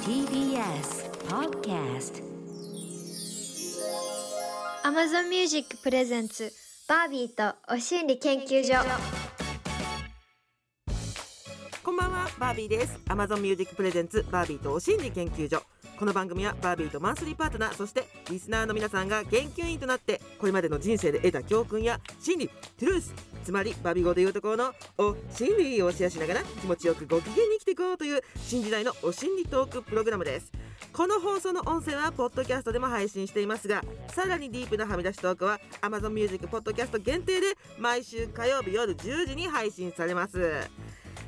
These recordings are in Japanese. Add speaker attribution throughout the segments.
Speaker 1: TBS Podcast
Speaker 2: Amazon Music プレゼンツバービーとお心理研究所
Speaker 3: こんばんは、バービーです。Amazon Music Presents バービーとお心理研究所。この番組はバービーとマンスリーパートナー、そしてリスナーの皆さんが研究員となって、これまでの人生で得た教訓や心理、トゥルース、つまりバービー語でいうところのお心理をシェアしながら気持ちよくご機嫌に生きていこうという新時代のお心理トークプログラムです。この放送の音声はポッドキャストでも配信していますがさらにディープなはみ出しトークは Amazon Music ポッドキャスト限定で毎週火曜日夜10時に配信されます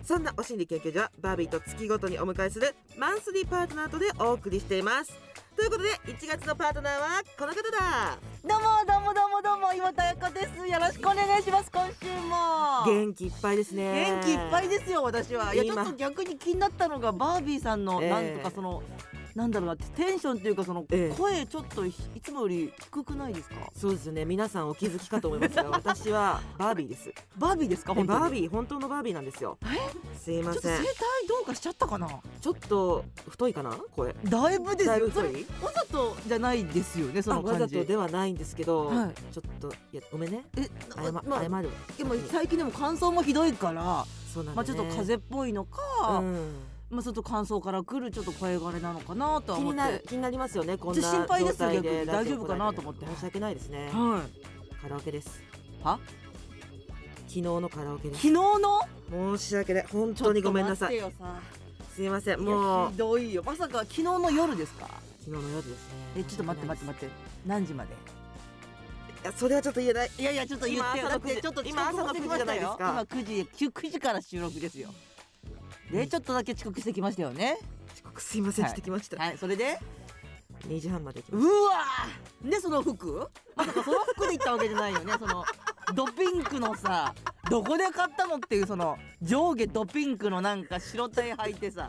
Speaker 3: そんなお心理研究所はバービーと月ごとにお迎えするマンスリーパートナーとでお送りしていますということで1月のパートナーはこの方だ
Speaker 4: どうもどうもどうもどうも岩田彩香ですよろしくお願いします今週も
Speaker 3: 元気いっぱいですね
Speaker 4: 元気いっぱいですよ私はいやち
Speaker 3: 今
Speaker 4: ょっと逆に気になったのがバービーさんの
Speaker 3: ええ
Speaker 4: なんとかその、なんだろうなテンションというかその
Speaker 3: ええ
Speaker 4: 声ちょっとひいつもより低くないですか
Speaker 3: そうですよね皆さんお気づきかと思いま すが私はバービーです
Speaker 4: バービーですか
Speaker 3: え
Speaker 4: 本当に
Speaker 3: バービー本当のバービーなんですよすいま
Speaker 4: ちょっと
Speaker 3: せ
Speaker 4: 声
Speaker 3: ん
Speaker 4: 帯どうかしちゃったかな
Speaker 3: ちょっと太いかな声
Speaker 4: だいぶです
Speaker 3: だいぶ
Speaker 4: よそ
Speaker 3: 太
Speaker 4: れ
Speaker 3: い
Speaker 4: わざとじゃないですよねそ
Speaker 3: あ
Speaker 4: の
Speaker 3: わ
Speaker 4: 感
Speaker 3: ざ
Speaker 4: じ
Speaker 3: とではないんですけど、
Speaker 4: はい
Speaker 3: ちょっといやごめんね
Speaker 4: え
Speaker 3: 謝,、
Speaker 4: まあ、
Speaker 3: 謝る
Speaker 4: でも最近でも乾燥もひどいから、
Speaker 3: そうなん
Speaker 4: ま
Speaker 3: だ、ね
Speaker 4: あちょっと風邪っぽいのか、
Speaker 3: うん
Speaker 4: まあ、ちょっと乾燥からくるちょっと声枯れなのかなとは
Speaker 3: 気
Speaker 4: 思
Speaker 3: に
Speaker 4: っ
Speaker 3: なる
Speaker 4: て。
Speaker 3: 気になりますよねこん
Speaker 4: ちょっと
Speaker 3: な
Speaker 4: 心配です
Speaker 3: 状態で
Speaker 4: 逆に
Speaker 3: ラジオ
Speaker 4: 大丈夫かなと思って
Speaker 3: 申し訳ないですね
Speaker 4: はい。
Speaker 3: カラオケです
Speaker 4: は？
Speaker 3: 昨日のカラオケで
Speaker 4: 昨
Speaker 3: す
Speaker 4: 日の
Speaker 3: 申し訳ない本当にごめんなさい
Speaker 4: ちょっと待ってよ
Speaker 3: すいません
Speaker 4: さ
Speaker 3: も
Speaker 4: いや
Speaker 3: う
Speaker 4: ひどいよ。まさか昨日の夜ですか？
Speaker 3: 昨日の夜ですね
Speaker 4: えちょっと待って待って待って。何時まで？
Speaker 3: っていやそれはちょっと言えない
Speaker 4: いやいやちょっと言ってよ。
Speaker 3: 今朝
Speaker 4: だ
Speaker 3: の
Speaker 4: っ
Speaker 3: 9時
Speaker 4: てちょっと
Speaker 3: 今朝の9時じゃないですか
Speaker 4: 今9時9時から収録ですよ。でちょっとだけ遅刻してきましたよね。
Speaker 3: 遅刻すいません
Speaker 4: はい
Speaker 3: してきました、
Speaker 4: はい。それで
Speaker 3: 2時半まで来
Speaker 4: う
Speaker 3: まし
Speaker 4: わー。でその服？まさかその服で行ったわけじゃないよね。そのドピンクのさ。どこで買ったのっていうその上下ドピンクのなんか白タイ履いてさ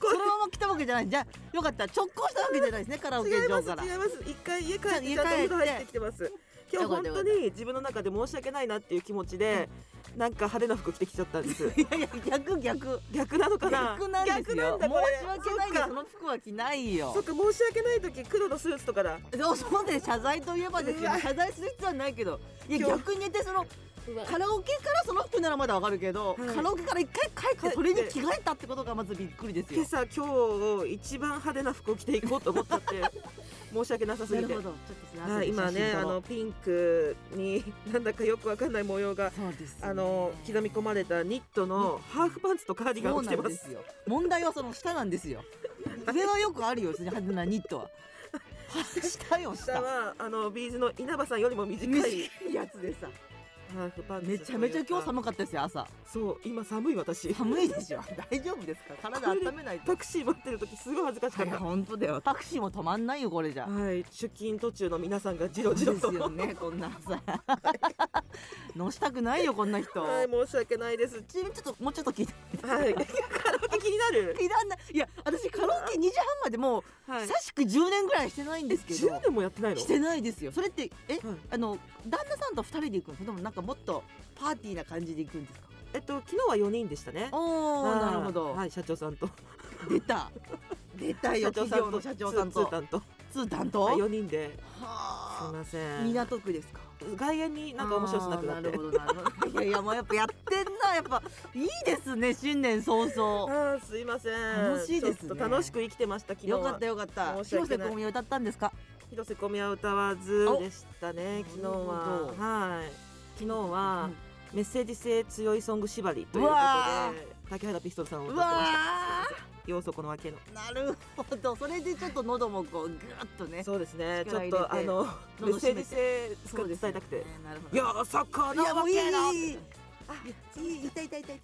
Speaker 3: こ
Speaker 4: そ
Speaker 3: れ
Speaker 4: のまま来たわけじゃないじゃあよかった直行したわけじゃないですねカラオケ
Speaker 3: 違い
Speaker 4: 場
Speaker 3: ます
Speaker 4: から
Speaker 3: 違います一回家帰って
Speaker 4: ち
Speaker 3: ち
Speaker 4: ゃ
Speaker 3: ゃ
Speaker 4: ん
Speaker 3: ん
Speaker 4: と
Speaker 3: と
Speaker 4: 家帰って
Speaker 3: お風呂入ってきてます今日本当に自分の中で申し訳ないなっていう気持ちでなんか派手な服着てきちゃったんです
Speaker 4: いやいや逆逆
Speaker 3: 逆なのかな
Speaker 4: 逆なんですよ
Speaker 3: 逆なんだこれ
Speaker 4: 申し訳ないけどそ
Speaker 3: そっか
Speaker 4: の服は着ないよ
Speaker 3: そっか申し訳ない時黒のスーツとかだ
Speaker 4: そう そうで謝罪といえばですけ
Speaker 3: う
Speaker 4: ど
Speaker 3: わ
Speaker 4: 謝罪する必要はないけどいや
Speaker 3: 今日
Speaker 4: 逆に言ってそのカラオケからその服ならまだわかるけど、
Speaker 3: はい
Speaker 4: カラオケから一回帰っ
Speaker 3: 帰って
Speaker 4: てそれに着替えたってことがまずびっくりです
Speaker 3: 今
Speaker 4: よ
Speaker 3: 朝今日一番派手な服を着ていこうと思ったって 申し訳なさす
Speaker 4: な
Speaker 3: ぎ
Speaker 4: る
Speaker 3: て
Speaker 4: ほどちょっとすいません
Speaker 3: はい今
Speaker 4: 写
Speaker 3: ね
Speaker 4: 真撮
Speaker 3: あ
Speaker 4: ろう
Speaker 3: のピンクになんだかよくわかんない模様が
Speaker 4: そうですよね
Speaker 3: あの刻み込まれたニットのハーフパンツとカーディガン
Speaker 4: そ
Speaker 3: を
Speaker 4: う
Speaker 3: 着
Speaker 4: な
Speaker 3: て
Speaker 4: ん
Speaker 3: ま
Speaker 4: ですすよ問題はその下なんです よ上はよくあるよ別に派手なニットは下よ
Speaker 3: 下
Speaker 4: 下
Speaker 3: はあのビーズの稲葉さんよりも短
Speaker 4: 短
Speaker 3: い
Speaker 4: いやつでさ
Speaker 3: ハーフパンツとい
Speaker 4: め
Speaker 3: うか
Speaker 4: ちゃめちゃ今日寒かったですよ朝
Speaker 3: そう今寒い私
Speaker 4: 寒いでしょ大丈夫ですか体温めないと
Speaker 3: タクシー待ってる時すごい恥ずかしか
Speaker 4: い
Speaker 3: っ
Speaker 4: や
Speaker 3: た
Speaker 4: 本当だよタクシーも止まんないよこれじゃ
Speaker 3: はい出勤途中の皆さんがじろじろ
Speaker 4: で
Speaker 3: と
Speaker 4: すよねこんなさ乗したくないよこんな人
Speaker 3: はい申し訳ないです
Speaker 4: ちなみにちょっともうちょっと聞いて
Speaker 3: はいカラオケ気になる
Speaker 4: いらんないいや私カラオケ2時半までもう
Speaker 3: はい
Speaker 4: 久しく10年ぐらいしてないんですけど
Speaker 3: 10年もやってないの
Speaker 4: してないですよそれってえ
Speaker 3: はい
Speaker 4: あの旦那さんと二人で行くんですかでもなんかもっとパーティーな感じで行くんですか
Speaker 3: えっと昨日は4人でしたね
Speaker 4: お
Speaker 3: はい
Speaker 4: ーなるほど、
Speaker 3: はい社長さんと
Speaker 4: 出た出たよ企業の社長さん
Speaker 3: 通
Speaker 4: と
Speaker 3: 通担と
Speaker 4: 通担
Speaker 3: はい
Speaker 4: 当
Speaker 3: 4人です
Speaker 4: は
Speaker 3: みませ
Speaker 4: あ
Speaker 3: ん
Speaker 4: 港区ですか
Speaker 3: 外苑になんか面白くなくなっ
Speaker 4: あーなる
Speaker 3: て
Speaker 4: ほどなるほどいやいやもうやっぱやってんなやっぱいいですね新年早
Speaker 3: あ
Speaker 4: 々
Speaker 3: ーすいません
Speaker 4: 楽しいですね
Speaker 3: ちょっと楽しく生きてました昨日
Speaker 4: よか
Speaker 3: は
Speaker 4: ったよかった
Speaker 3: 申し訳
Speaker 4: 広
Speaker 3: な
Speaker 4: 瀬
Speaker 3: い
Speaker 4: 香美を歌ったんですか
Speaker 3: 広瀬小宮は歌わず
Speaker 4: お
Speaker 3: でしたね昨日
Speaker 4: なるほ
Speaker 3: は
Speaker 4: ど
Speaker 3: はい昨日は
Speaker 4: うん
Speaker 3: メッセージ性強いソング縛りというこ
Speaker 4: うわ
Speaker 3: とで竹原ピストルさんを
Speaker 4: う
Speaker 3: 歌ってました
Speaker 4: わ
Speaker 3: 要素この分けの
Speaker 4: ーなるほどそれでちょっと喉もこうぐーっとね
Speaker 3: そうですねちょ
Speaker 4: 力
Speaker 3: っ
Speaker 4: 入れて
Speaker 3: とあ のメ
Speaker 4: 喉
Speaker 3: ッセ
Speaker 4: 締
Speaker 3: ー
Speaker 4: め
Speaker 3: ジ
Speaker 4: て
Speaker 3: 性
Speaker 4: そうです
Speaker 3: 伝
Speaker 4: ね
Speaker 3: えたくて
Speaker 4: なるほど
Speaker 3: 要素この
Speaker 4: いやもう
Speaker 3: 分
Speaker 4: いい
Speaker 3: けの
Speaker 4: いいいいいい痛い痛い痛い痛い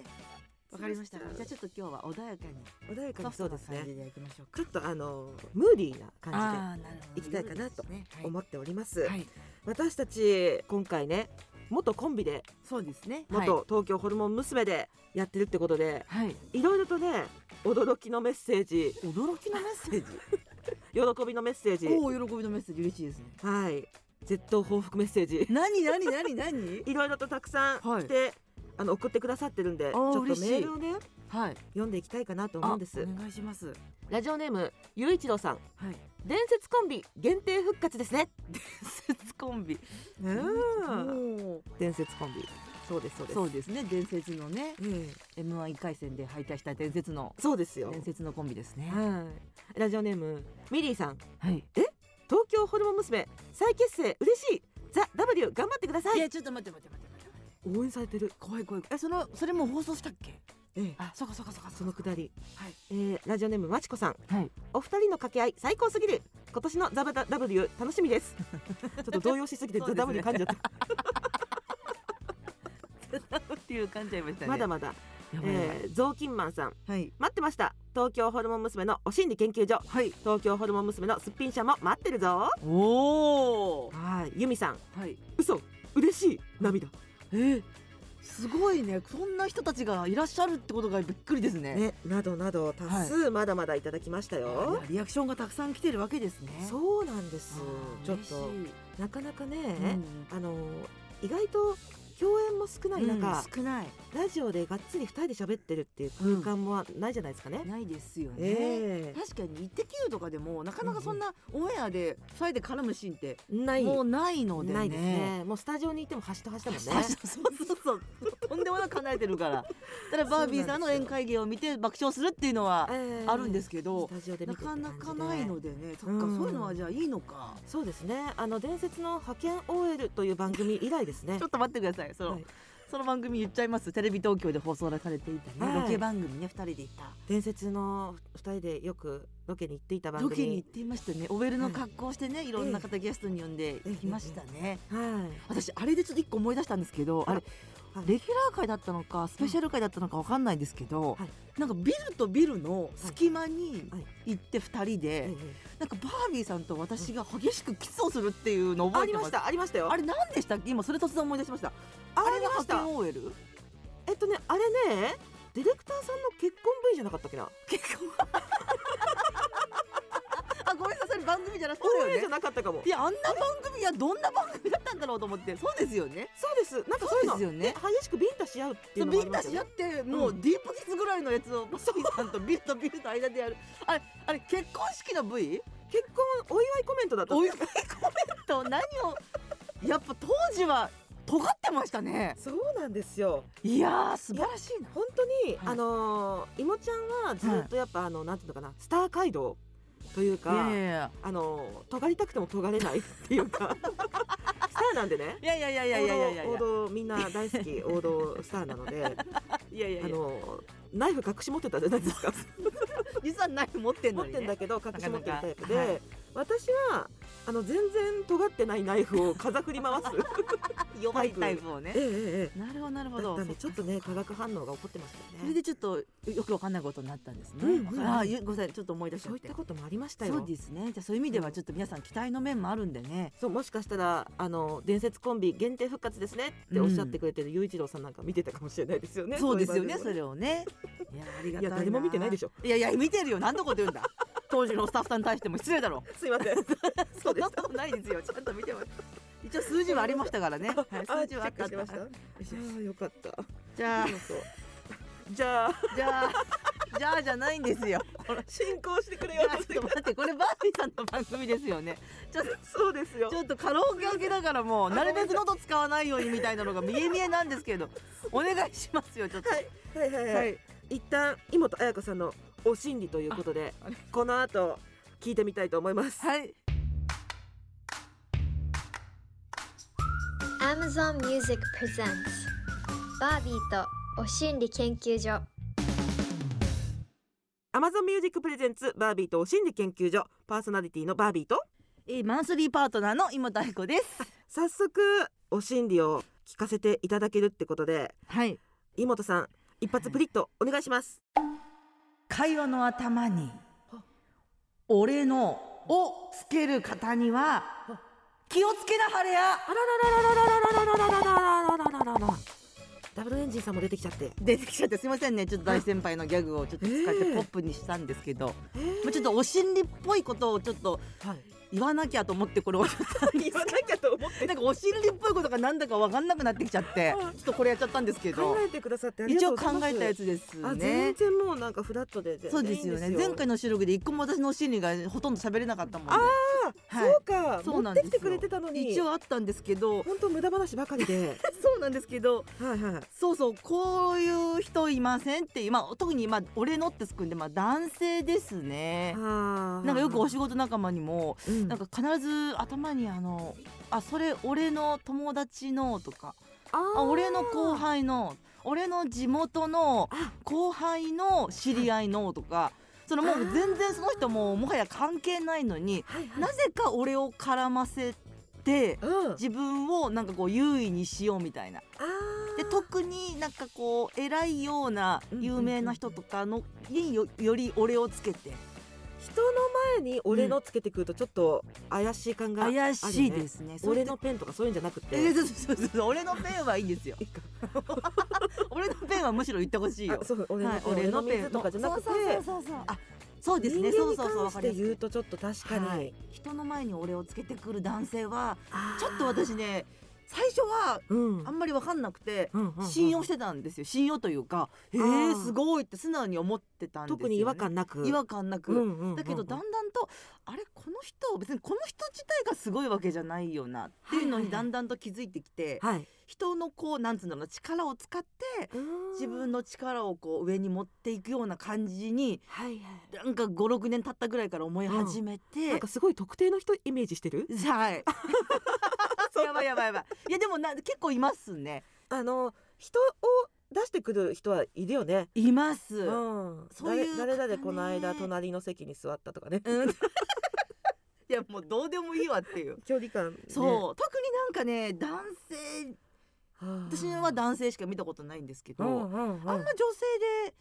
Speaker 4: わかりましたじ
Speaker 3: そうで
Speaker 4: ゃあ
Speaker 3: す
Speaker 4: ちょっと今日は穏やかに
Speaker 3: 穏や
Speaker 4: ソ
Speaker 3: かに
Speaker 4: フ
Speaker 3: そう
Speaker 4: ト
Speaker 3: で
Speaker 4: な
Speaker 3: す
Speaker 4: 感
Speaker 3: ね
Speaker 4: じでいきましょうか
Speaker 3: ちょっとあのムーディーな感
Speaker 4: あーなるほ
Speaker 3: 行きたいかなと
Speaker 4: ね
Speaker 3: じで思っております、
Speaker 4: はいはい
Speaker 3: 私たち今回ね元コンビで
Speaker 4: そうですね
Speaker 3: 元東京ホルモン娘でやってるってことで、
Speaker 4: はいはい
Speaker 3: いろいろとね驚きのメッセージ
Speaker 4: 驚きのメッセージ
Speaker 3: 喜びのメッセージ
Speaker 4: おお喜びのメッセージ嬉しいですね
Speaker 3: はい絶倒報復メッセージ
Speaker 4: 何何何何
Speaker 3: いろいろとたくさん
Speaker 4: はい
Speaker 3: 来て、あの送ってくださってるんでち
Speaker 4: ー
Speaker 3: ょっとメ
Speaker 4: 嬉しい
Speaker 3: ールをね
Speaker 1: はい
Speaker 3: 読んでいきたいかなと思うんです
Speaker 1: あお願いします
Speaker 3: ラジオネームゆういちろうさん
Speaker 1: はい
Speaker 3: 伝説コンビ限定復活ですね
Speaker 4: 説コンビ
Speaker 3: うん
Speaker 1: おー
Speaker 3: 伝説コンビそうですそうです
Speaker 1: そうですね伝説のね
Speaker 3: ええ
Speaker 4: M1 一回戦で敗退した伝説の
Speaker 3: そうですよ
Speaker 4: 伝説のコンビですね
Speaker 3: はいラジオネームミリーさん
Speaker 4: はい
Speaker 3: 東京ホルモン娘再結成嬉しいザ・ W 頑張ってくださ
Speaker 1: い
Speaker 3: い
Speaker 1: やちょっと待って待って待って待って待って
Speaker 3: 応援されてる
Speaker 1: 怖い怖いえそのそれもう放送したっけ
Speaker 3: ええ
Speaker 1: あそうかそうかそうか
Speaker 3: そのくだり、
Speaker 1: はい
Speaker 3: えーラジオネームまちこさん、
Speaker 4: はい
Speaker 3: お二人の掛け合い最高すぎる今年のザ・W 楽しみですちょっと動揺しすぎて
Speaker 4: そう
Speaker 3: ザ・
Speaker 4: です
Speaker 3: W
Speaker 4: ね
Speaker 3: 噛んじゃった、
Speaker 4: っていう感じ ちゃいましたね
Speaker 3: まだまだ、
Speaker 4: やばいやばい
Speaker 3: えー、雑巾マンさん
Speaker 4: はい
Speaker 3: 待ってました東京ホルモン娘のお心理研究所
Speaker 4: はい
Speaker 3: 東京ホルモン娘のすっぴん社も待ってるぞ
Speaker 4: おお
Speaker 3: はいゆみさん
Speaker 1: はい
Speaker 3: 嘘嬉しい涙
Speaker 4: えー、
Speaker 1: すごいね
Speaker 4: そんな人たちがいらっしゃるってことがびっくりですね
Speaker 3: ねなどなど多数まだまだいただきましたよ、
Speaker 1: リアクションがたくさん来てるわけですねう
Speaker 3: そうなんですちょっとなかなかね、あの意外と共演も少ない中、
Speaker 1: 少ない
Speaker 3: ラジオでがっつり二人で喋ってるっていう空間もないじゃないですかね。
Speaker 1: ないですよね
Speaker 3: ええ
Speaker 1: 確かに「イッテ Q!」とかでもなかなかそんなオンエアで2人で絡むシーンって
Speaker 3: ない
Speaker 1: もうないのでね
Speaker 3: ないですね。もうスタジオにいても端と端だもんね。
Speaker 4: そうそうそうとんでもなく離れて るからただバービーさんの宴会芸を見て爆笑するっていうのは
Speaker 3: ええ
Speaker 4: あるんですけ
Speaker 3: ス
Speaker 4: ど、
Speaker 3: タジオで
Speaker 1: な
Speaker 3: 見てって
Speaker 1: か
Speaker 3: 感じ
Speaker 1: な
Speaker 3: で
Speaker 1: かないのでねそっか
Speaker 3: うん
Speaker 1: そういうのはじゃあいいのか
Speaker 3: そうですね。あの伝説の派遣 OL という番組以来ですね
Speaker 4: ちょ。っと待ってくださいその,、
Speaker 3: はい
Speaker 4: その番組言っちゃいますテレビ東京で放送されていたね、
Speaker 3: はい
Speaker 4: ロケ番組ね2人で行った
Speaker 3: 伝説の二人でよくロケに行っていた番
Speaker 4: ロ
Speaker 3: 組。
Speaker 4: ケに行っていましたねオベルの格好をしてね、い、ろんな方ゲストに呼んで行きましたね、
Speaker 3: は
Speaker 4: 私あれでちょっと一個思い出したんですけどあれ
Speaker 3: はい
Speaker 4: レギュラー会だったのかスペシャル会だったのかわかんないですけど、
Speaker 3: はい
Speaker 4: なんかビルとビルの隙間に
Speaker 3: はいはい
Speaker 4: 行って2人で、
Speaker 3: いええ。
Speaker 4: なんかバービーさんと私が激しくキスをするっていうのを
Speaker 3: あ
Speaker 4: 覚え
Speaker 3: り
Speaker 4: てま
Speaker 3: ますしたありましたよ。
Speaker 4: あれ何でしたっけ今それ突然思い出しました
Speaker 3: あ
Speaker 4: あ
Speaker 3: あ
Speaker 4: れ
Speaker 3: り
Speaker 4: が
Speaker 3: ました
Speaker 4: 派遣 OL?
Speaker 3: えっとねあれねディレクターさんの結婚 V じゃなかったっけな。
Speaker 4: 結構あごめんなさい番組じゃなくてそうだ
Speaker 3: OL
Speaker 4: よ
Speaker 3: じ
Speaker 4: ね
Speaker 3: ゃなかったかも
Speaker 4: い。やあんな番組はどんな番組だったんだろうと思ってそうですよね
Speaker 3: そうです。なんかそういう
Speaker 4: そうですよ
Speaker 3: の
Speaker 4: ね
Speaker 3: 激しくビンタし合うって
Speaker 4: そう
Speaker 3: い
Speaker 4: う
Speaker 3: のも
Speaker 4: ビ
Speaker 3: あり
Speaker 4: ン
Speaker 3: ま
Speaker 4: タ
Speaker 3: す
Speaker 4: し合っ
Speaker 3: よね。
Speaker 4: てもうディープキスぐらいのやつをバービーさんとビルとビルの間でやるあれあれ結婚式の V?
Speaker 3: 結婚お祝いコメントだった。
Speaker 4: お祝いコメント何をやっぱ当時は尖ってましたね
Speaker 3: そうなんですよ。
Speaker 4: いやー素晴らしいな
Speaker 3: 本当に、
Speaker 4: はい
Speaker 3: あのー、いもちゃんはずっとやっぱ、あのなんていうのかなスター街道というか、
Speaker 4: いやいやいや
Speaker 3: あのー尖りたくても尖れないっていう かスターなんでね
Speaker 4: いやいやいやいやいやいやいやいや
Speaker 3: 王道王道みんな大 好き王道スターなので
Speaker 4: いやいや
Speaker 3: あのーナイフ隠し持ってたじゃないですか
Speaker 4: 実はナイフ持ってん
Speaker 3: 持
Speaker 4: の
Speaker 3: っ
Speaker 4: に
Speaker 3: てん
Speaker 4: ね
Speaker 3: だけど隠し持ってるタイプで、
Speaker 4: なかな
Speaker 3: 私はあの全然尖ってないナイフを風振り 回す
Speaker 4: 弱いタイプをね
Speaker 3: ええええ
Speaker 4: なるほどなる
Speaker 3: ええ
Speaker 4: ほ
Speaker 3: だ
Speaker 4: ど
Speaker 3: っ
Speaker 4: そ
Speaker 3: たんでちょっとね化学反応が起こってましたよ
Speaker 4: れ
Speaker 3: ね
Speaker 4: でちょっとよくわかんないことになったんですね、
Speaker 3: うんうん
Speaker 4: ああごめんなさいちょっと思い出しちゃ
Speaker 3: そ
Speaker 4: っ
Speaker 3: ういってたこともありましたよ
Speaker 4: そうですねじゃあそういう意味ではちょっと皆さん期待の面もあるんでね
Speaker 3: そうもしかしたらあの伝説コンビ限定復活ですねっておっしゃってくれてる雄一郎さんなんか見てたかもしれないですよね。
Speaker 4: そうですよね
Speaker 3: い
Speaker 4: それをねいやありが
Speaker 3: 番組もねい
Speaker 4: たいな
Speaker 3: や誰も見てないで
Speaker 4: ょ
Speaker 3: しょ。
Speaker 4: いやいや見てるよ何のこと言うんだ当時のスタッフさんに対しても失礼だろ
Speaker 3: すいません。そう
Speaker 4: そん
Speaker 3: で
Speaker 4: な
Speaker 3: す。
Speaker 4: ことないですよちゃんと見てます一応数字はありましたからね、はい、数字はあ
Speaker 3: あ
Speaker 4: っ
Speaker 3: チェック
Speaker 4: た
Speaker 3: してました。ああよかった。
Speaker 4: じゃあ
Speaker 3: そうそうじゃあ
Speaker 4: じゃあじゃあじゃないんですよ
Speaker 3: 進行してくれ
Speaker 4: い
Speaker 3: よ
Speaker 4: や。ちょっと待ってこれバービーさんの番組ですよねちょっと
Speaker 3: そうですよ
Speaker 4: ち。ょっとカラオケ明けだからもうなるべく喉使わないようにみたいなのが見え見えなんですけどお願いしますよちょっと
Speaker 3: はいはいはい、は、
Speaker 4: はいい
Speaker 3: 一旦井本彩子さんのお心理ということで
Speaker 4: ああれ
Speaker 3: この後聞いてみたいと思います。
Speaker 4: はい、
Speaker 2: Amazon Music Presents バービーとお心理研究所
Speaker 3: Amazon Music Presents バービーとお心理研究所パーソナリティのバービーと
Speaker 4: えーマンスリーパートナーの今太子です
Speaker 3: 早速お心理を聞かせていただけるってことで
Speaker 4: はい
Speaker 3: 井本さん一発プリッとお願いします、
Speaker 4: 会話の頭に俺のをつける方には気をつけなはれや
Speaker 3: あららららららららららららららららダブルエンジンさんも出てきちゃって
Speaker 4: 出てきちゃってすいませんねちょっと大先輩のギャグをちょっと使って
Speaker 3: ええ
Speaker 4: ポップにしたんですけど、もうちょっとお心理っぽいことをちょっと
Speaker 3: はい
Speaker 4: 言わなきゃと思ってこれを
Speaker 3: 言わなきゃと思っ て
Speaker 4: なんかお心理っぽいことがなんだかわかんなくなってきちゃってちょっとこれやっちゃったんですけ
Speaker 3: 考
Speaker 4: ど
Speaker 3: えてくださってありが
Speaker 4: 一
Speaker 3: とう
Speaker 4: 応
Speaker 3: ござい
Speaker 4: 考
Speaker 3: ます
Speaker 4: えたやつです
Speaker 3: あ
Speaker 4: ね
Speaker 3: 全然もうなんかフラットで全
Speaker 4: そう
Speaker 3: 然
Speaker 4: で
Speaker 3: いいん
Speaker 4: すよね前回の収録で一個も私のお心理がほとんど喋れなかったもんで
Speaker 3: あー
Speaker 4: はい
Speaker 3: そうか
Speaker 4: そう
Speaker 3: 持
Speaker 4: な
Speaker 3: っ
Speaker 4: ん
Speaker 3: て
Speaker 4: で
Speaker 3: き
Speaker 4: すよ
Speaker 3: てくれてたのに
Speaker 4: 一応あったんですけど
Speaker 3: 本当無駄話ばかりで
Speaker 4: そうなんですけど
Speaker 3: はいはい
Speaker 4: そうそうこういう人いませんっていう、まあ、特にまあ俺のってつくんで、まあ、男性ですね。
Speaker 3: あー
Speaker 4: なんかよくお仕事仲間にも
Speaker 3: うん
Speaker 4: なんか必ず頭にあの「あそれ俺の友達の」とか「
Speaker 3: あー
Speaker 4: あ俺の後輩の」「俺の地元の
Speaker 3: あ
Speaker 4: 後輩の知り合いの」とかそのもう全然その人ももはや関係ないのに
Speaker 3: はいはい
Speaker 4: なぜか俺を絡ませて
Speaker 3: うん
Speaker 4: 自分をなんかこう優位にしようみたいな。
Speaker 3: あー
Speaker 4: で特になんかこう偉いような有名な人とかのによより俺をつけて
Speaker 3: 人の前に俺のつけてくるとちょっと怪しい感が、
Speaker 4: 怪しいですね。そうい
Speaker 3: 俺
Speaker 4: う
Speaker 3: のペンとかそういうんじゃなくて、
Speaker 4: えそうそうそうそう俺のペンはいいんですよ。俺のペンはむしろ言ってほしいよ
Speaker 3: あ。そう俺の
Speaker 4: はい
Speaker 3: ペン、俺のペンとかじゃなくて
Speaker 4: そうそうそうそうあそうですね。そう
Speaker 3: 人
Speaker 4: そうそう
Speaker 3: 間に関
Speaker 4: わ
Speaker 3: し
Speaker 4: かり
Speaker 3: て
Speaker 4: やす
Speaker 3: 言う
Speaker 4: い。
Speaker 3: とちょっと確かに、
Speaker 4: はい。人の前に俺をつけてくる男性は
Speaker 3: あー
Speaker 4: ちょっと私ね最初は
Speaker 3: うん
Speaker 4: あんまりわかんなくて。
Speaker 3: うんうんうん
Speaker 4: 信用してたんですよ信用というか「え
Speaker 3: あ
Speaker 4: ー、
Speaker 3: ー
Speaker 4: すごい」って素直に思ってたんですよ、ね、
Speaker 3: 特に違和感なく
Speaker 4: 違和感なく、
Speaker 3: うんうんうんうん
Speaker 4: だけどだんだんとあれこの人別にこの人自体がすごいわけじゃないよなっていうの
Speaker 3: はいはいはい
Speaker 4: にだんだんと気づいてきて、
Speaker 3: はい
Speaker 4: 人のこうなんつうんだろうな力を使って自分
Speaker 3: の
Speaker 4: の力をこう上に持っていくような感じに
Speaker 3: はいは
Speaker 4: なんか56年経ったぐらいから思い始め
Speaker 3: い
Speaker 4: て、
Speaker 3: なんかすごい特定の人イメージしてる
Speaker 4: はい やばいやばいやばいいやでもな結構いますね
Speaker 3: あの人を出してくる人はいるよね
Speaker 4: います、
Speaker 3: うん
Speaker 4: そういう
Speaker 3: 誰
Speaker 4: 方
Speaker 3: 誰々
Speaker 4: ね
Speaker 3: この間隣の席に座ったとかね
Speaker 4: うんいやもうどうでもいいわっていう
Speaker 3: 距離感ね、
Speaker 4: そう、特になんかね男性
Speaker 3: はあ
Speaker 4: 私は男性しか見たことないんですけど、
Speaker 3: うんうんうん
Speaker 4: あんま女性で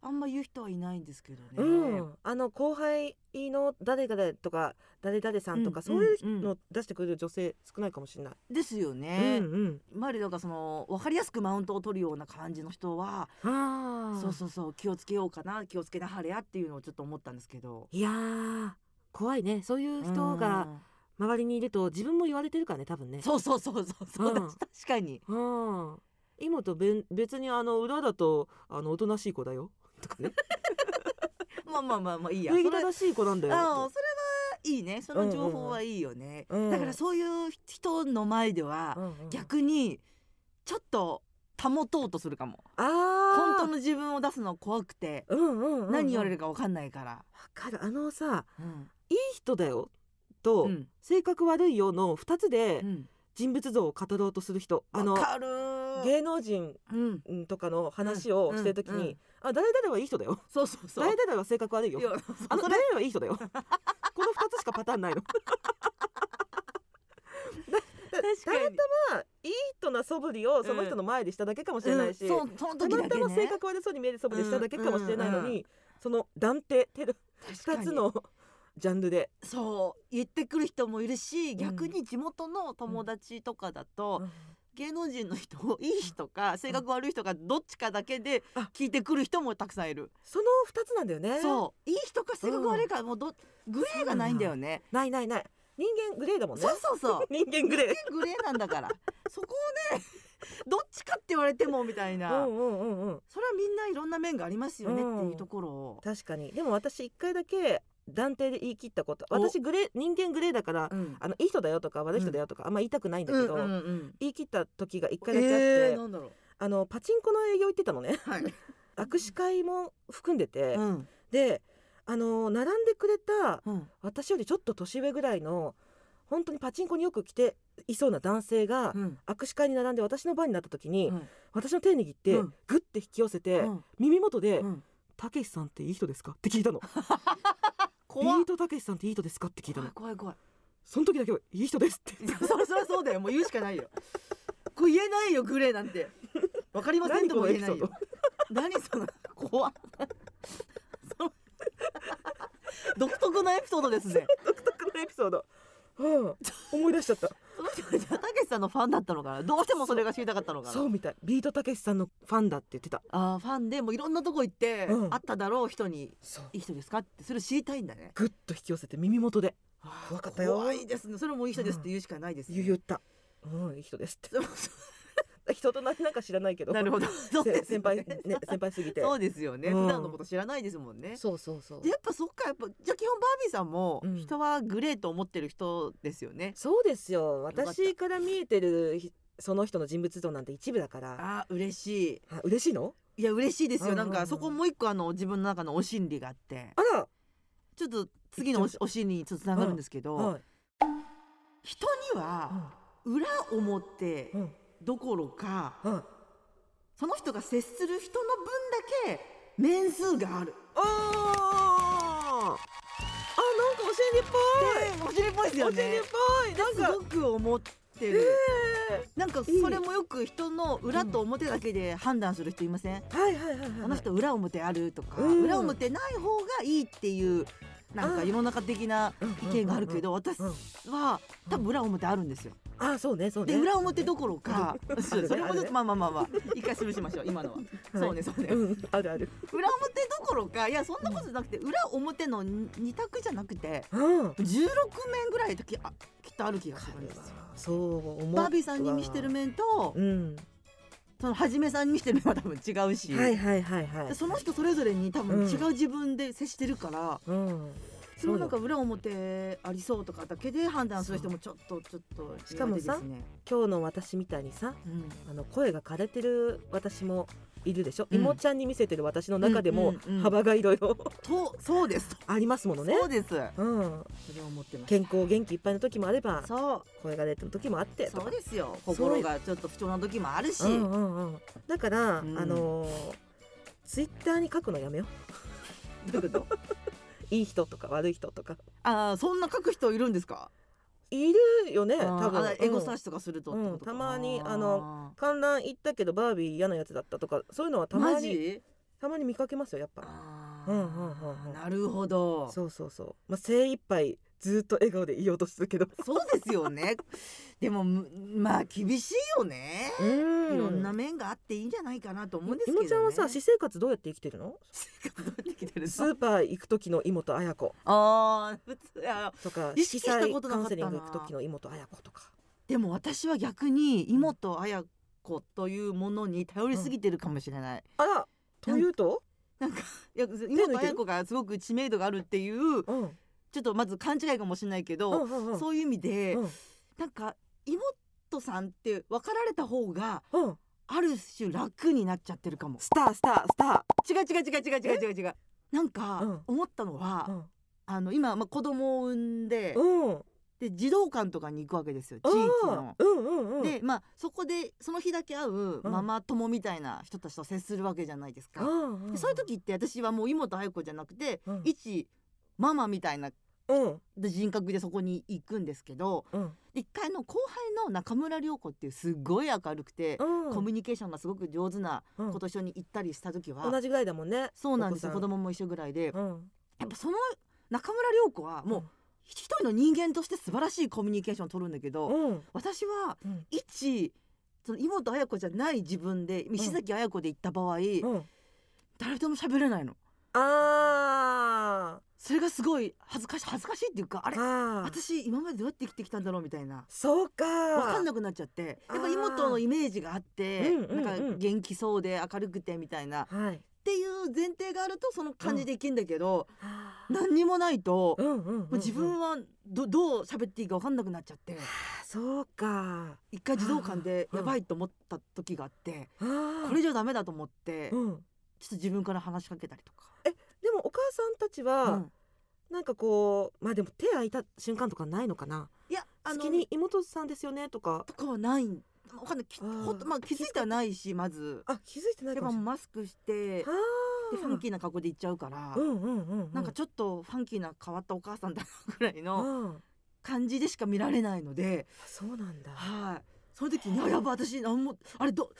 Speaker 4: あんま言う人はいないんですけどね。
Speaker 3: うん、あの後輩の誰々とか誰々さんとか、
Speaker 4: うん
Speaker 3: そういう
Speaker 4: うん
Speaker 3: の出してくれる女性少ないかもしれない。
Speaker 4: ですよね。
Speaker 3: うんうん、
Speaker 4: まりだからその分かりやすくマウントを取るような感じの人は、
Speaker 3: あー
Speaker 4: そうそうそう気をつけようかな気をつけなはれやっていうのをちょっと思ったんですけど。
Speaker 3: いやー怖いねそういう人が周りにいると自分も言われてるからね多分
Speaker 4: う
Speaker 3: ね
Speaker 4: ん、。そうそうそうそうそう、
Speaker 3: うん
Speaker 4: 確かに
Speaker 3: うん、今とべん別にあの裏だとあのおとなしい子だよ とかね
Speaker 4: まあまあまあまあいいや。
Speaker 3: 礼儀
Speaker 4: それあ
Speaker 3: 正しい子なんだ
Speaker 4: あ
Speaker 3: よ。
Speaker 4: それはいいねその情報はいいよね。
Speaker 3: うんうんうん
Speaker 4: だからそういう人の前では、
Speaker 3: うんうん
Speaker 4: 逆にちょっと保とうとするかも。
Speaker 3: あ
Speaker 4: 本当
Speaker 3: ー
Speaker 4: の自分を出すの怖くて
Speaker 3: うんうんうんうん、
Speaker 4: 何言われ
Speaker 3: る
Speaker 4: るか分かんないから、
Speaker 3: わかるあのさ
Speaker 4: うん
Speaker 3: いい人だよと、
Speaker 4: うん
Speaker 3: 性格悪いよの二つで、
Speaker 4: うん、
Speaker 3: 人物像を語ろうとする人あの
Speaker 4: 分かる
Speaker 3: 芸能人
Speaker 4: うん、
Speaker 3: うんとかの話をしてるときに、
Speaker 4: うんうん
Speaker 3: あ誰々はいい人だよ
Speaker 4: そうそうそう
Speaker 3: 誰々は性格悪いよ
Speaker 4: いや
Speaker 3: あの
Speaker 4: そ
Speaker 3: 誰
Speaker 4: れ
Speaker 3: 々はいい人だよ この二つしかパターンないの
Speaker 4: 確
Speaker 3: た
Speaker 4: かに
Speaker 3: まあいい人な素振りをその人の前でしただけかもしれない
Speaker 4: う
Speaker 3: し、
Speaker 4: ん、そうその
Speaker 3: た
Speaker 4: 時だ
Speaker 3: また
Speaker 4: け
Speaker 3: ま性
Speaker 4: ね
Speaker 3: 格悪そうに見える素振りしただけかもしれないのに、
Speaker 4: うんうんう
Speaker 3: その断定てる
Speaker 4: 確
Speaker 3: 二
Speaker 4: かに
Speaker 3: つのジャンルで、
Speaker 4: そう言ってくる人もいるし
Speaker 3: ん
Speaker 4: 逆に地元の友達とかだと、芸能人の人をいい人か性格悪い人かどっちかだけで
Speaker 3: あ
Speaker 4: 聞いてくる人もたくさんいる、
Speaker 3: その二つなんだよね
Speaker 4: そういい人か性格悪いかもうどグレーがないんだよね
Speaker 3: ないないない人間グレーだもんね
Speaker 4: そうそうそう
Speaker 3: 人間グレー
Speaker 4: グレーなんだからそこをねどっちかって言われてもみたいな、
Speaker 3: うんうんうんうん
Speaker 4: それはみんないろんな面がありますよね
Speaker 3: うん
Speaker 4: っていうところを、
Speaker 3: 確かにでも私一回だけ断定で言い切ったこと
Speaker 4: お
Speaker 3: 私グレー人間グレーだから、
Speaker 4: うん
Speaker 3: あのいい人だよとか悪い人だよとか、あんま言いたくないんだ
Speaker 4: う
Speaker 3: け
Speaker 4: ん
Speaker 3: ど、
Speaker 4: うんうん
Speaker 3: 言い切った時が一回だけあって、
Speaker 4: えー、なんだろ
Speaker 3: あのパチンコの営業行ってたのね
Speaker 4: うはい、
Speaker 3: 握手会も含んでて、
Speaker 4: うん
Speaker 3: であの並んでくれた
Speaker 4: うん、
Speaker 3: 私よりちょっと年上ぐらいの本当にパチンコによく来ていそうな男性が、
Speaker 4: うん
Speaker 3: 握手会に並んで私の番になった時に、
Speaker 4: うん
Speaker 3: 私の手握って、
Speaker 4: うん
Speaker 3: グッて引き寄せて、
Speaker 4: うん
Speaker 3: 耳元で
Speaker 4: うん
Speaker 3: 「たけしさんっていい人ですか?」って聞いたの。ビ
Speaker 4: 怖
Speaker 3: ー
Speaker 4: い
Speaker 3: トたけしさんっていい人ですかって聞いた
Speaker 4: 怖
Speaker 3: の
Speaker 4: い。怖い怖い
Speaker 3: その時だけはいい人ですって。
Speaker 4: そりゃそりゃそうだよもう言うしかないよこれ言えないよグレーなんてわかりませんとも言え ないよ何その怖っその独特なエピソードですね
Speaker 3: 独特のエピソード。はあ、思い出しちゃった。
Speaker 4: その人じゃあたけしさんのファンだったのかなどうしてもそれが知りたかったのかな
Speaker 3: そうみたいビートたけしさんのファンだって言ってた
Speaker 4: あーファンでもういろんなとこ行って、
Speaker 3: うん
Speaker 4: あっただろう人に
Speaker 3: そう
Speaker 4: いい人ですかってそれ知りたいんだね
Speaker 3: ぐっと引き寄せて耳元で怖
Speaker 4: 怖
Speaker 3: かったよ
Speaker 4: 怖いですねそれもいい人ですって言うしかないですね、
Speaker 3: 言ったうんいい人ですって 人とななんか知らないけど
Speaker 4: なるほど そうで
Speaker 3: せ
Speaker 4: すよ
Speaker 3: 先輩ね先輩すぎて
Speaker 4: そうですよね、
Speaker 3: うん
Speaker 4: 普段のこと知らないですもんね
Speaker 5: そうそうそう
Speaker 4: でやっぱそっかやっぱじゃあ基本バービーさんも
Speaker 3: うん
Speaker 4: 人はグレーと思ってる人ですよね、
Speaker 3: そうですよ
Speaker 4: かった
Speaker 3: 私から見えてるひその人の人物像なんて一部だから
Speaker 4: ああ嬉し
Speaker 3: あ嬉しいの
Speaker 4: いいや嬉しいですよ、
Speaker 3: うんうんうん
Speaker 4: なんかそこもう一個あの自分の中のお心理があって
Speaker 3: あら、
Speaker 4: ちょっと次のおしお心理にちょっとつながるんですけど、
Speaker 3: はい
Speaker 4: 人には裏表
Speaker 3: うんうん
Speaker 4: どころか
Speaker 3: うん
Speaker 4: その人が接する人の分だけ面数がある
Speaker 3: あーあなんかお尻っぽ
Speaker 4: お尻っぽいです
Speaker 3: いお
Speaker 4: よ
Speaker 3: 尻
Speaker 4: ね
Speaker 3: っぽいなん
Speaker 4: す
Speaker 3: か
Speaker 4: ごく思ってる、
Speaker 3: え
Speaker 4: なんかそれもよく人の裏と表だけで判断する人いません、
Speaker 3: ーはいはいはいはい
Speaker 4: あの人裏表あるとか、
Speaker 3: うん
Speaker 4: 裏表ない方がいいっていうなんか世の中的な意見があるけど、私
Speaker 3: うん
Speaker 4: は多分裏表あるんですよ。
Speaker 3: あそうねそうね
Speaker 4: で裏表どころか、
Speaker 3: ある
Speaker 4: そう
Speaker 3: ね
Speaker 4: それもちょっ
Speaker 3: あるね
Speaker 4: とまあまあまあまあ一回潰しましょう今のは。そうねそうね。
Speaker 3: うんあるある
Speaker 4: 裏表どころかいやそんなことじゃなくて裏表の二択じゃなくて
Speaker 3: うん
Speaker 4: 16面ぐらい時あきっとある気がするんですよ。
Speaker 3: そう思う
Speaker 4: バービーさんに見してる面と
Speaker 3: うん
Speaker 4: そのはじめさんに見してる面は多分違うし、
Speaker 3: はいはいはいは
Speaker 4: で
Speaker 3: い
Speaker 4: その人それぞれに多分違う自分で接してるから。
Speaker 3: うん
Speaker 4: それをなんか裏表ありそうとかだけで判断する人もちょっとちょっと
Speaker 3: しかも
Speaker 4: 苦
Speaker 3: さ
Speaker 4: 手ですね
Speaker 3: 今日の私みたいにさ
Speaker 4: うん
Speaker 3: あの声が枯れてる私もいるでしょ、
Speaker 4: うん
Speaker 3: いもちゃんに見せてる私の中でも
Speaker 4: うんうんうん
Speaker 3: 幅がいろいろ
Speaker 4: とそうです、
Speaker 3: ありますものね
Speaker 4: そうです
Speaker 3: うん、
Speaker 4: それを思ってまし
Speaker 3: 健康元気いっぱいの時もあれば
Speaker 4: たそう
Speaker 3: 声が出てる時もあってと
Speaker 4: そう
Speaker 3: か
Speaker 4: ですよ
Speaker 3: そう
Speaker 4: 心がちょっと不調な時もあるし、
Speaker 3: うんうんうん、だから、
Speaker 4: うん
Speaker 3: あのーツイッターに書くのやめよ
Speaker 4: どういうこと
Speaker 3: ういい人とか悪い人とか
Speaker 4: ああそんな書く人いるんですか
Speaker 3: いるよね多分
Speaker 4: あーエゴサー
Speaker 3: うん
Speaker 4: チとかするとってことか、
Speaker 3: うんたまに
Speaker 4: ー
Speaker 3: あの観覧行ったけどバービー嫌なやつだったとかそういうのはたま
Speaker 4: マ
Speaker 3: に
Speaker 4: ジ
Speaker 3: たまに見かけますよやっぱ
Speaker 4: あ
Speaker 3: うんうんうんう
Speaker 4: ー
Speaker 3: ん
Speaker 4: なるほど
Speaker 3: そうそうそう、まあ、精一杯ずっと笑顔でいようとするけ ど
Speaker 4: そうですよね でもまあ厳しいよね
Speaker 3: う
Speaker 4: い
Speaker 3: ん
Speaker 4: ろんな面があっていいんじゃないかなと思うんですけど
Speaker 3: い
Speaker 4: ね。
Speaker 3: もちゃんはさ私生活どうやって生きてるの
Speaker 4: どうやって生きてる
Speaker 3: ス
Speaker 4: の
Speaker 3: ーパー行く時の妹綾子
Speaker 4: ああ、普通あ
Speaker 3: とか
Speaker 4: 意識したことなかっ
Speaker 3: カウン
Speaker 4: た
Speaker 3: セ
Speaker 4: な
Speaker 3: リング行く時の妹綾子とか
Speaker 4: でも私は逆に妹綾子というものに頼りすぎてるかもしれない。
Speaker 3: あらというと、
Speaker 4: いや妹綾子がすごく知名度があるっていう
Speaker 3: うん
Speaker 4: ちょっとまず勘違いかもしれないけ
Speaker 3: うん
Speaker 4: ど、
Speaker 3: うんうん
Speaker 4: そういう意味で、
Speaker 3: うん
Speaker 4: なんか妹さんって分かられた方が
Speaker 3: うん
Speaker 4: ある種楽になっちゃってるかも。
Speaker 3: スタースタースタ
Speaker 4: 違う違う違う違う違う違う違う。なん
Speaker 3: う
Speaker 4: か
Speaker 3: ん
Speaker 4: 思ったのは、
Speaker 3: ー
Speaker 4: あの今まあ子供を産んで、
Speaker 3: うんうん
Speaker 4: で児童館とかに行くわけですよ地域の。
Speaker 3: うんうんうん
Speaker 4: でまあそこでその日だけ会うママ友みたいな人たちと接するわけじゃないですか、
Speaker 3: うんうん
Speaker 4: でそういう時って私はもう妹愛子じゃなくて、
Speaker 3: うん
Speaker 4: 一ママみたいな
Speaker 3: うん
Speaker 4: 人格でそこに行くんですけど
Speaker 3: うん
Speaker 4: 一回の後輩の中村涼子っていうすごい明るくて、
Speaker 3: うん
Speaker 4: コミュニケーションがすごく上手な
Speaker 3: うん
Speaker 4: 子と一緒に行ったりした時は、
Speaker 3: 同じぐらいだもんね
Speaker 4: そうなんですよ
Speaker 3: お
Speaker 4: 子
Speaker 3: 子さ
Speaker 4: 供も一緒ぐらいで、
Speaker 3: うん
Speaker 4: やっぱその中村涼子はもう一人の人間として素晴らしいコミュニケーションを取るんだけど、
Speaker 3: うん
Speaker 4: 私は
Speaker 3: うん
Speaker 4: 一その妹綾子じゃない自分で石崎綾子で行った場合、
Speaker 3: うん
Speaker 4: 誰とも喋れないの
Speaker 3: あ
Speaker 4: それがすごい恥ずかしい恥ずかしいっていうかあ
Speaker 3: ー
Speaker 4: れ
Speaker 3: あー
Speaker 4: 私今までどうやって生きてきたんだろうみたいな
Speaker 3: そうか
Speaker 4: 分かんな
Speaker 3: な
Speaker 4: くなっちゃって
Speaker 3: あー
Speaker 4: やっぱ妹のイメージがあって
Speaker 3: うんうんうん
Speaker 4: なんか元気そうで明るくてみたいなっ
Speaker 3: はい
Speaker 4: ていう前提があるとその感じでいけんだけど、
Speaker 3: あー
Speaker 4: 何にもないと、
Speaker 3: うんうんうんうん
Speaker 4: もう自分はどどう喋っていいか分かんなくなっちゃって
Speaker 3: そうか
Speaker 4: 一回児童館で
Speaker 3: うん
Speaker 4: やばいと思った時があって
Speaker 3: あー
Speaker 4: これじゃダメだと思ってちょっ
Speaker 3: うん
Speaker 4: と自分から話しかけたりとか。
Speaker 3: でもお母さんたち
Speaker 4: う
Speaker 3: は
Speaker 4: ん
Speaker 3: なんかこうまあでも手空いた瞬間とかないのかない
Speaker 4: やあの
Speaker 3: 好きに妹さんですよねとか
Speaker 4: とかはないんわかんないき
Speaker 3: あー
Speaker 4: ほんとまあ気づいてはないしまず
Speaker 3: あ気づいてな
Speaker 4: や
Speaker 3: い
Speaker 4: っぱ
Speaker 3: かもしれない
Speaker 4: マスクしてでファンキーな格好で行っちゃうから
Speaker 3: あーうんうんうんう
Speaker 4: なんかちょっとファンキーな変わったお母さんだなぐらいの
Speaker 3: うん
Speaker 4: 感じでしか見られないので
Speaker 3: そうなんだ
Speaker 4: はいその時に「あやば私何もあれどど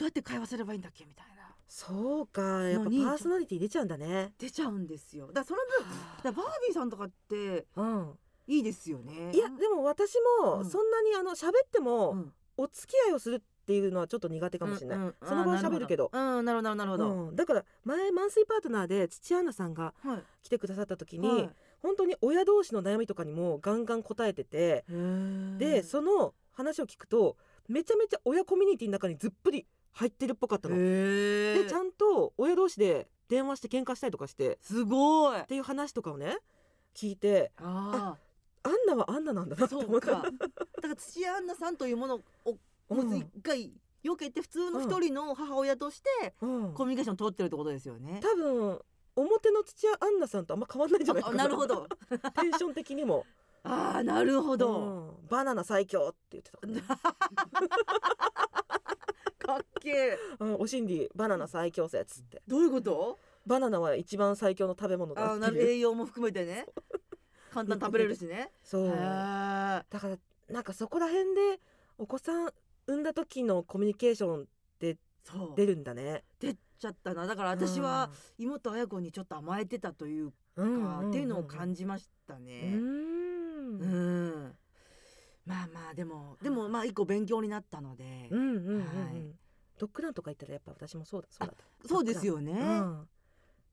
Speaker 4: うやって会話すればいいんだっけ?」みたいな
Speaker 3: そうかやっぱパ
Speaker 4: のに
Speaker 3: ーソナリティ出ちゃうんだね
Speaker 4: 出ちゃうんですよだからその分だからバービーさんとかって
Speaker 3: うん
Speaker 1: いいですよね
Speaker 3: いやでも私
Speaker 1: う
Speaker 3: も
Speaker 1: ん
Speaker 3: そんなにあの喋って
Speaker 1: う
Speaker 3: も
Speaker 1: ん
Speaker 3: お付き合いをするっていうのはちょっと苦手かもしれない、
Speaker 4: うんうん
Speaker 3: その場は
Speaker 4: あーな
Speaker 3: 喋るけど
Speaker 4: うんなるほどなるほど、
Speaker 3: うんだから前マンスリーパートナーで土屋アンナさんが
Speaker 4: はい
Speaker 3: 来てくださった時に、
Speaker 4: はい
Speaker 3: 本当に親同士の悩みとかにもガンガン答えてて、でその話を聞くとめちゃめちゃ親コミュニティの中にずっぷり入ってるっぽかったの。
Speaker 4: へ
Speaker 3: で
Speaker 4: え
Speaker 3: ちゃんと親同士で電話して喧嘩したりとかしてっ
Speaker 4: すごい
Speaker 3: ていう話とかをね聞いて
Speaker 4: あ
Speaker 3: アンナはアンナなんだな
Speaker 4: あ
Speaker 3: って
Speaker 4: そ
Speaker 3: 思
Speaker 4: う
Speaker 3: っ
Speaker 4: かだ
Speaker 3: た。
Speaker 4: から土屋アンナさんというものを
Speaker 3: う
Speaker 4: ま
Speaker 3: ん
Speaker 4: ず一回よけて普通の一人の母親として
Speaker 3: うん
Speaker 4: コミュニケーション取ってるってことですよね、
Speaker 3: 多分表の土屋アンナさんとあんま変わんないんじゃないか
Speaker 4: あ
Speaker 3: な
Speaker 4: なるほど
Speaker 3: テンション的にも
Speaker 4: ああなるほど、
Speaker 3: うんバナナ最強って言ってたから ね、
Speaker 4: かっけえ
Speaker 3: うん、おしんりバナナ最強説って
Speaker 4: どういうこと
Speaker 3: バナナは一番最強の食べ物
Speaker 4: あ
Speaker 3: だ
Speaker 4: ー
Speaker 3: っ
Speaker 4: な
Speaker 3: て
Speaker 4: る
Speaker 3: いう
Speaker 4: 栄養も含めてね簡単に食べれるしね
Speaker 3: そう
Speaker 4: へー
Speaker 3: だからなんかそこら辺でお子さん産んだ時のコミュニケーション
Speaker 4: そう出
Speaker 3: 出るんだね
Speaker 4: っちゃったなだから私は妹綾子にちょっと甘えてたというか、
Speaker 3: うん、
Speaker 4: っていうのを感
Speaker 3: じ
Speaker 4: じました
Speaker 3: う
Speaker 4: ね
Speaker 3: ん
Speaker 4: うん、まあまあでもでもまあ一個勉強になったので、
Speaker 3: うんうんうんうん
Speaker 4: はい
Speaker 3: ドッグランとか行ったらやっぱ私もそうだそうだった
Speaker 1: そうですよね、
Speaker 3: うん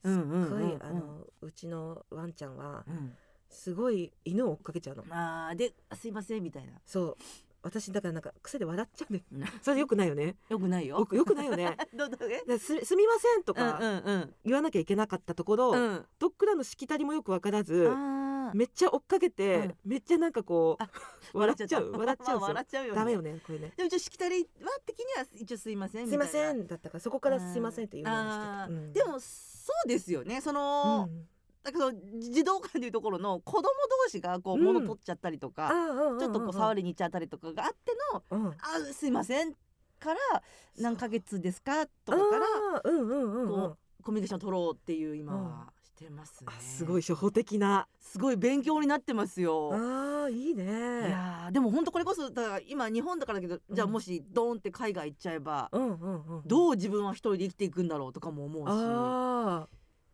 Speaker 3: す
Speaker 1: う
Speaker 3: っ
Speaker 1: んうんうん
Speaker 3: ご
Speaker 1: う
Speaker 3: い
Speaker 1: ん
Speaker 3: あのうちのワンちゃんは
Speaker 1: うん
Speaker 3: すごい犬を追っかけちゃうの
Speaker 4: まあですいませんみたいな
Speaker 3: そう私だからなんか癖で笑っちゃうね
Speaker 1: うん
Speaker 3: それよくないよね
Speaker 4: よくないよ
Speaker 3: よくよくないよね
Speaker 4: どうどう
Speaker 3: ですすみませ んと
Speaker 4: うん
Speaker 3: か
Speaker 4: うんうん
Speaker 3: 言わなきゃいけなかったところ、
Speaker 4: うん
Speaker 3: ドッグランのしきたりもよくわからず
Speaker 4: あー
Speaker 3: めっちゃ追っかけて、
Speaker 4: うん
Speaker 3: めっちゃなんかこ
Speaker 4: あ
Speaker 3: う 笑っちゃう笑っちゃう
Speaker 4: まあ
Speaker 3: んで
Speaker 4: 笑っちゃう
Speaker 3: す
Speaker 4: よ
Speaker 3: よ
Speaker 4: ね
Speaker 3: ダメよねこれね
Speaker 4: でも一応しきたりは的には一応すいませんみ
Speaker 3: す
Speaker 4: た
Speaker 3: い
Speaker 4: いな
Speaker 3: ませんだったからそこからすいませんって言うように
Speaker 4: あー
Speaker 3: してた、うん
Speaker 4: でもそうですよねその、
Speaker 3: うん
Speaker 4: なんかその児童館でいうところの子供同士がこう
Speaker 3: うん
Speaker 4: 物取っちゃったりと
Speaker 3: あ
Speaker 4: か、
Speaker 3: ー
Speaker 4: ちょっとこう触
Speaker 3: り、
Speaker 4: りに行っちゃったりとかがあっての
Speaker 3: うんうんうんうん
Speaker 4: 「あすいません」から「何ヶ月ですか?」とかから
Speaker 3: あーうんうんうんうん
Speaker 4: こコミュニケーション取ろうっていう今はしてますね
Speaker 3: あ。すごい初歩的な
Speaker 4: すごい勉強になってます
Speaker 3: あ
Speaker 4: よ。
Speaker 3: ーいいね
Speaker 4: いやーでも本当これこそだから今日本だからだけどじゃあ
Speaker 3: うん
Speaker 4: もしドーンって海外行っちゃえば
Speaker 3: うんうんうんう
Speaker 4: どう自分は一人で生きていくんだろうとかも思うし。
Speaker 3: あ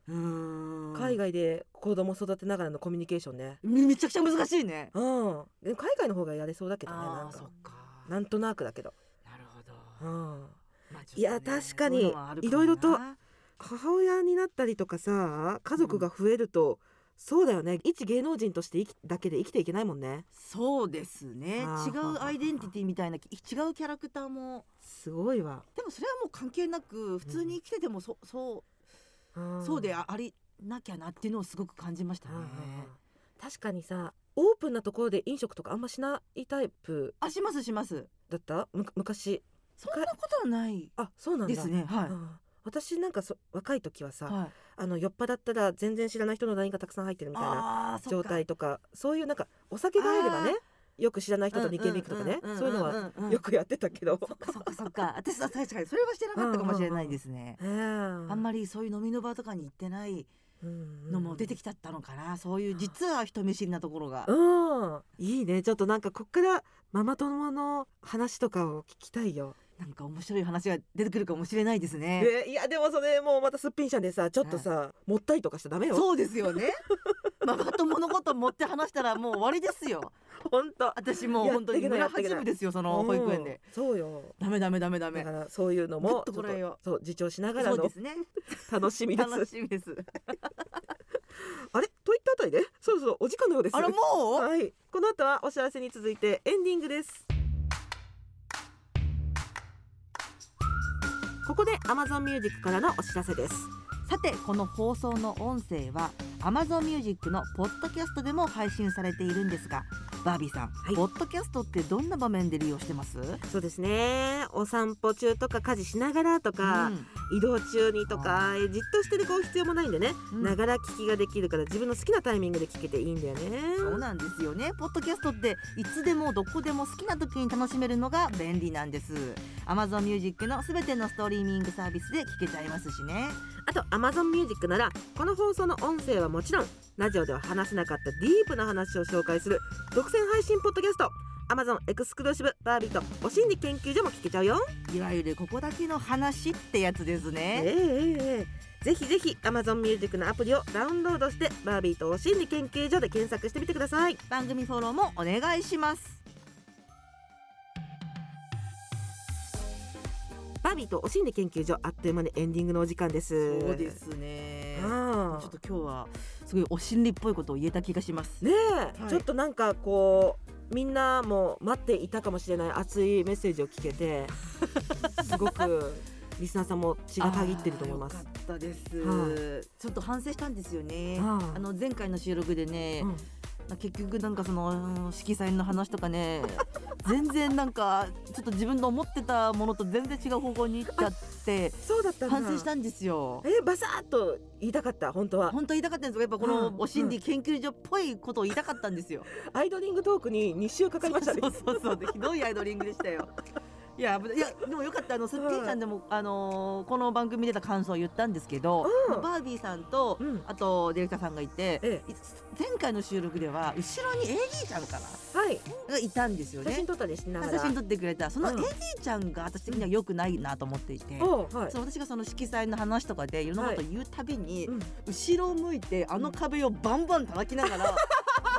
Speaker 4: うーん
Speaker 3: ー海外で子供育てながらのコミュニケーションね
Speaker 4: めめちゃくちゃ難しいね。
Speaker 3: うん海外の方がやれそうだけどねな
Speaker 4: あ
Speaker 3: ん
Speaker 4: あーそ
Speaker 3: か
Speaker 4: っか。
Speaker 3: なんとなくだけど、
Speaker 4: なるほど。
Speaker 3: うん、
Speaker 4: まあちょっとね
Speaker 3: いや確かに
Speaker 4: そううのはあるかもない
Speaker 3: ろいろと母親になったりとかさ家族が増えると、そうだよね一芸能人として生きだけで生きていけないもんね
Speaker 4: そうですね。違
Speaker 3: あー
Speaker 4: うアイデンティティみたいな違うキャラクターも
Speaker 3: すごいわ、
Speaker 4: でもそれはもう関係なく普通に生きててもそそ
Speaker 3: ん
Speaker 4: うそうであありなきゃなっていうのをすごく感じましたね
Speaker 3: うんうん。うん確かにさオープンなところで飲食とかあんましないタイプ
Speaker 4: あしますします。
Speaker 3: だったむ昔
Speaker 4: そんなことはない
Speaker 3: あそうなんだ
Speaker 4: ですね。は
Speaker 3: う
Speaker 4: い
Speaker 3: ん私なんかそ若い時はさ、
Speaker 4: はい。
Speaker 3: あの酔っ払ったら全然知らない人の LINE がたくさん入ってるみたいな
Speaker 4: ああーそっ
Speaker 3: 状
Speaker 4: か
Speaker 3: 態とかそういうなんかお酒があればねよく知らない人と
Speaker 4: うん
Speaker 3: 2軒目行くとかね
Speaker 4: んんん
Speaker 3: そういうのは
Speaker 4: んんん
Speaker 3: よくやってたけど、
Speaker 4: そっかそっかそっか。 私は確かにそれはしてなかったかもしれないですね。
Speaker 3: ねえ
Speaker 4: あんまりそういう飲みの場とかに行ってないの
Speaker 3: の
Speaker 4: も出てきちゃったのかな、そういう実は人見知りなところが、
Speaker 3: うんいいねちょっとなんかこっからママ友の話とかを聞きたいよ、
Speaker 4: なんか面白い話が出てくるかもしれないですね。
Speaker 3: えいやでもそれもうまたすっぴんしゃんでさちょっとさ、もったりとかしちゃダメよ
Speaker 4: そうですよね。 ママ友のこと持って話したらもう終わりですよ。
Speaker 3: 本当
Speaker 4: 私もう本当に村初めですよ、その保育園で。
Speaker 3: そうよ
Speaker 4: ダメダメダメダ
Speaker 3: だ
Speaker 4: メ
Speaker 3: か。らそういうの
Speaker 4: ぐ
Speaker 3: も
Speaker 4: っとこらえよ
Speaker 3: ちょっとそう自重しながら
Speaker 4: そう
Speaker 3: の
Speaker 4: ですね。
Speaker 3: 楽しみです
Speaker 4: 楽しみ です。
Speaker 3: あれといったあたりでそろそろお時間のようです
Speaker 4: あらもう
Speaker 3: はいこの後はお知らせに続いてエンディングですここで Amazon Music からのお知らせです
Speaker 4: さてこの放送の音声は Amazon Music のポッドキャストでも配信されているんですがバービーさん、
Speaker 3: い
Speaker 4: ポッドキャストってどんな場面で利用してます
Speaker 3: そうですねお散歩中とか家事しながらとか、移動中にとかじっとしてるこう必要もないんでね
Speaker 4: うん
Speaker 3: ながら聞きができるから自分の好きなタイミングで聞けていいんだよね
Speaker 4: そうなんですよねポッドキャストっていつでもどこでも好きな時に楽しめるのが便利なんです Amazon Music のすべてのストリーミングサービスで聞けちゃいますしね
Speaker 3: あと Amazon Music ならこの放送の音声はもちろんラジオでは話せなかったディープな話を紹介する独占配信ポッドキャスト Amazon エクスクルーシブバービーとお心理研究所も聞けちゃうよ
Speaker 4: いわゆるここだけの話ってやつです
Speaker 3: ええ
Speaker 4: ね。
Speaker 3: ええぜひぜひ Amazon ミュージックのアプリをダウンロードしてバービーとお心理研究所で検索してみてください
Speaker 4: 番組フォローもお願いします。
Speaker 3: バービーとお心理研究所あっという間にエンディングのお時間です
Speaker 4: そうですね。
Speaker 3: あ
Speaker 4: ち
Speaker 3: あ
Speaker 4: ょっと今日はすごいお心理っぽいことを言えた気がします。
Speaker 3: ねえ、
Speaker 4: はい
Speaker 3: ちょっとなんかこうみんなも待っていたかもしれない熱いメッセージを聞け てすごくリスナーさんも血がたぎってると思います
Speaker 4: あーよかったです、
Speaker 3: は
Speaker 4: ちょっと反省したんですよね。
Speaker 3: ああ
Speaker 4: あの前回の収録でね、
Speaker 3: うん
Speaker 4: まあ結局なんかそのうん色彩の話とか ね全然なんかちょっと自分の思ってたものと全然違う方向に行っちゃって
Speaker 3: そうだったんだ
Speaker 4: 反省したんですよ。
Speaker 3: えバサッと言いたかった本当は
Speaker 4: 本当言いたかったんですがやっぱこ
Speaker 3: うん
Speaker 4: のお心理研究所っぽいことを言いたかったんですよ。
Speaker 3: アイドリングトークに2週かかりましたね
Speaker 4: そうそうそうでひどいアイドリングでしたよ。いや危ないいやでもよかったあのすっきりちゃんでも、あのーこの番組出た感想を言ったんですけど、
Speaker 3: うん
Speaker 4: まあバービーさんと、
Speaker 3: うん
Speaker 4: あとディレクターさんがいて、
Speaker 3: え
Speaker 4: い前回の収録では後ろに AD ちゃんかな
Speaker 3: はい
Speaker 4: がいたんですよ
Speaker 3: 写真
Speaker 4: ね。
Speaker 3: 撮ったりしながら
Speaker 4: 写真撮ってくれたその
Speaker 3: うん
Speaker 4: AD ちゃんが私的には良くないなと思っていて、
Speaker 3: おうはい
Speaker 4: そう私がその色彩の話とかでいろんなことを言うたびに、
Speaker 3: うん
Speaker 4: 後ろを向いてあの壁をバンバン叩きながら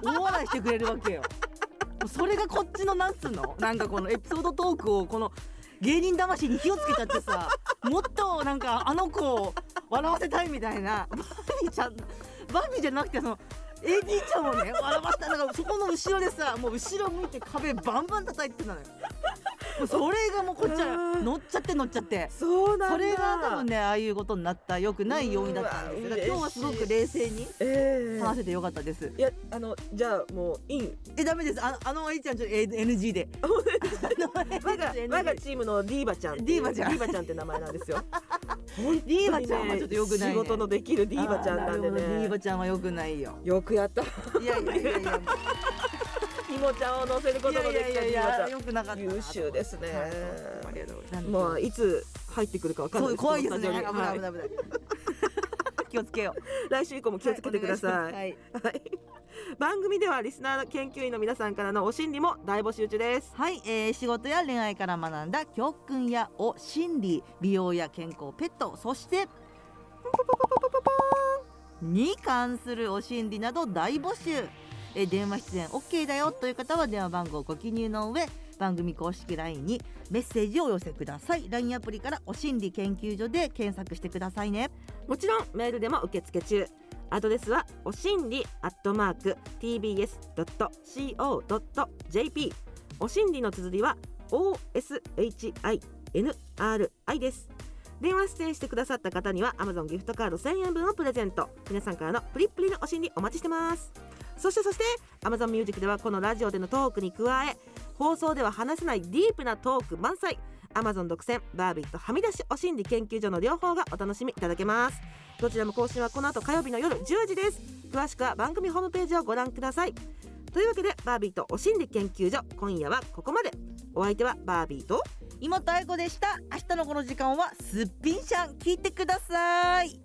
Speaker 4: 大笑いしてくれるわけよ。それがこっちのなんつうのなんかこのエピソードトークをこの芸人魂に火をつけちゃってさもっとなんかあの子を笑わせたいみたいなバービーちゃんバービーじゃなくてその AD ちゃんをね笑わせたいなんかそこの後ろでさもう後ろ向いて壁バンバン叩いてたのよ。もうそれがもうこっちは乗っちゃって乗っちゃって。
Speaker 3: そうなんだ
Speaker 4: それが多分ねああいうことになった良くない要因だったんですよだから今日はすごく冷静に
Speaker 3: ええ
Speaker 4: 話せてよかったです
Speaker 3: いやあのじゃあもうイン
Speaker 4: えダメですあのあのあいちゃんちょっと NG で
Speaker 3: 我が
Speaker 4: NG
Speaker 3: 我がチームのディーバちゃんっていう
Speaker 4: ディーバちゃん
Speaker 3: ディーバちゃんって名前なんですよ
Speaker 4: ディーバちゃんはちょっと良くないね
Speaker 3: 仕事のできるディーバちゃんなんで
Speaker 4: あーるほどディー
Speaker 3: ね
Speaker 4: バちゃんは良くない よ
Speaker 3: よくやった
Speaker 4: いやいやいやいや
Speaker 3: ひもちゃんを乗せること
Speaker 4: い
Speaker 3: の
Speaker 4: やい
Speaker 3: できた
Speaker 4: やいやい
Speaker 3: ひも
Speaker 4: や
Speaker 3: ちゃん
Speaker 4: 良くなかったな
Speaker 3: 優秀ですね
Speaker 4: はいありがとうございます
Speaker 3: まあいつ入ってくるかわかんな
Speaker 4: そ
Speaker 3: いう
Speaker 4: 怖いですね
Speaker 3: このス
Speaker 4: 危
Speaker 3: タジオに
Speaker 4: な
Speaker 3: はいい
Speaker 4: 危ない危ない 気をつけよう
Speaker 3: 来週以降も気をつけてくださ
Speaker 4: はいお願し
Speaker 3: はい番組ではリスナーの研究員の皆さんからのお心理も大募集中です
Speaker 4: ますはい、はいえー仕事や恋愛から学んだ教訓やお心理美容や健康ペットそしてに関するお心理など大募集えー電話出演 OK だよという方は電話番号をご記入の上番組公式 LINE にメッセージをお寄せください LINE アプリからお心理研究所で検索してくださいね
Speaker 3: もちろんメールでも受付中アドレスはおしんりアットマーク tbs.co.jp おしんりの綴りは oshinri です電話出演してくださった方には Amazon ギフトカード1000円分をプレゼント皆さんからのプリップリのお心理お待ちしてますそしてそして Amazon ミュージックではこのラジオでのトークに加え放送では話せないディープなトーク満載 Amazon 独占バービーとはみ出しお心理研究所の両方がお楽しみいただけますどちらも更新はこの後火曜日の夜10時です詳しくは番組ホームページをご覧くださいというわけでバービーとお心理研究所今夜はここまでお相手はバービーと
Speaker 4: 妹愛子でした明日のこの時間はすっぴんしゃん聞いてください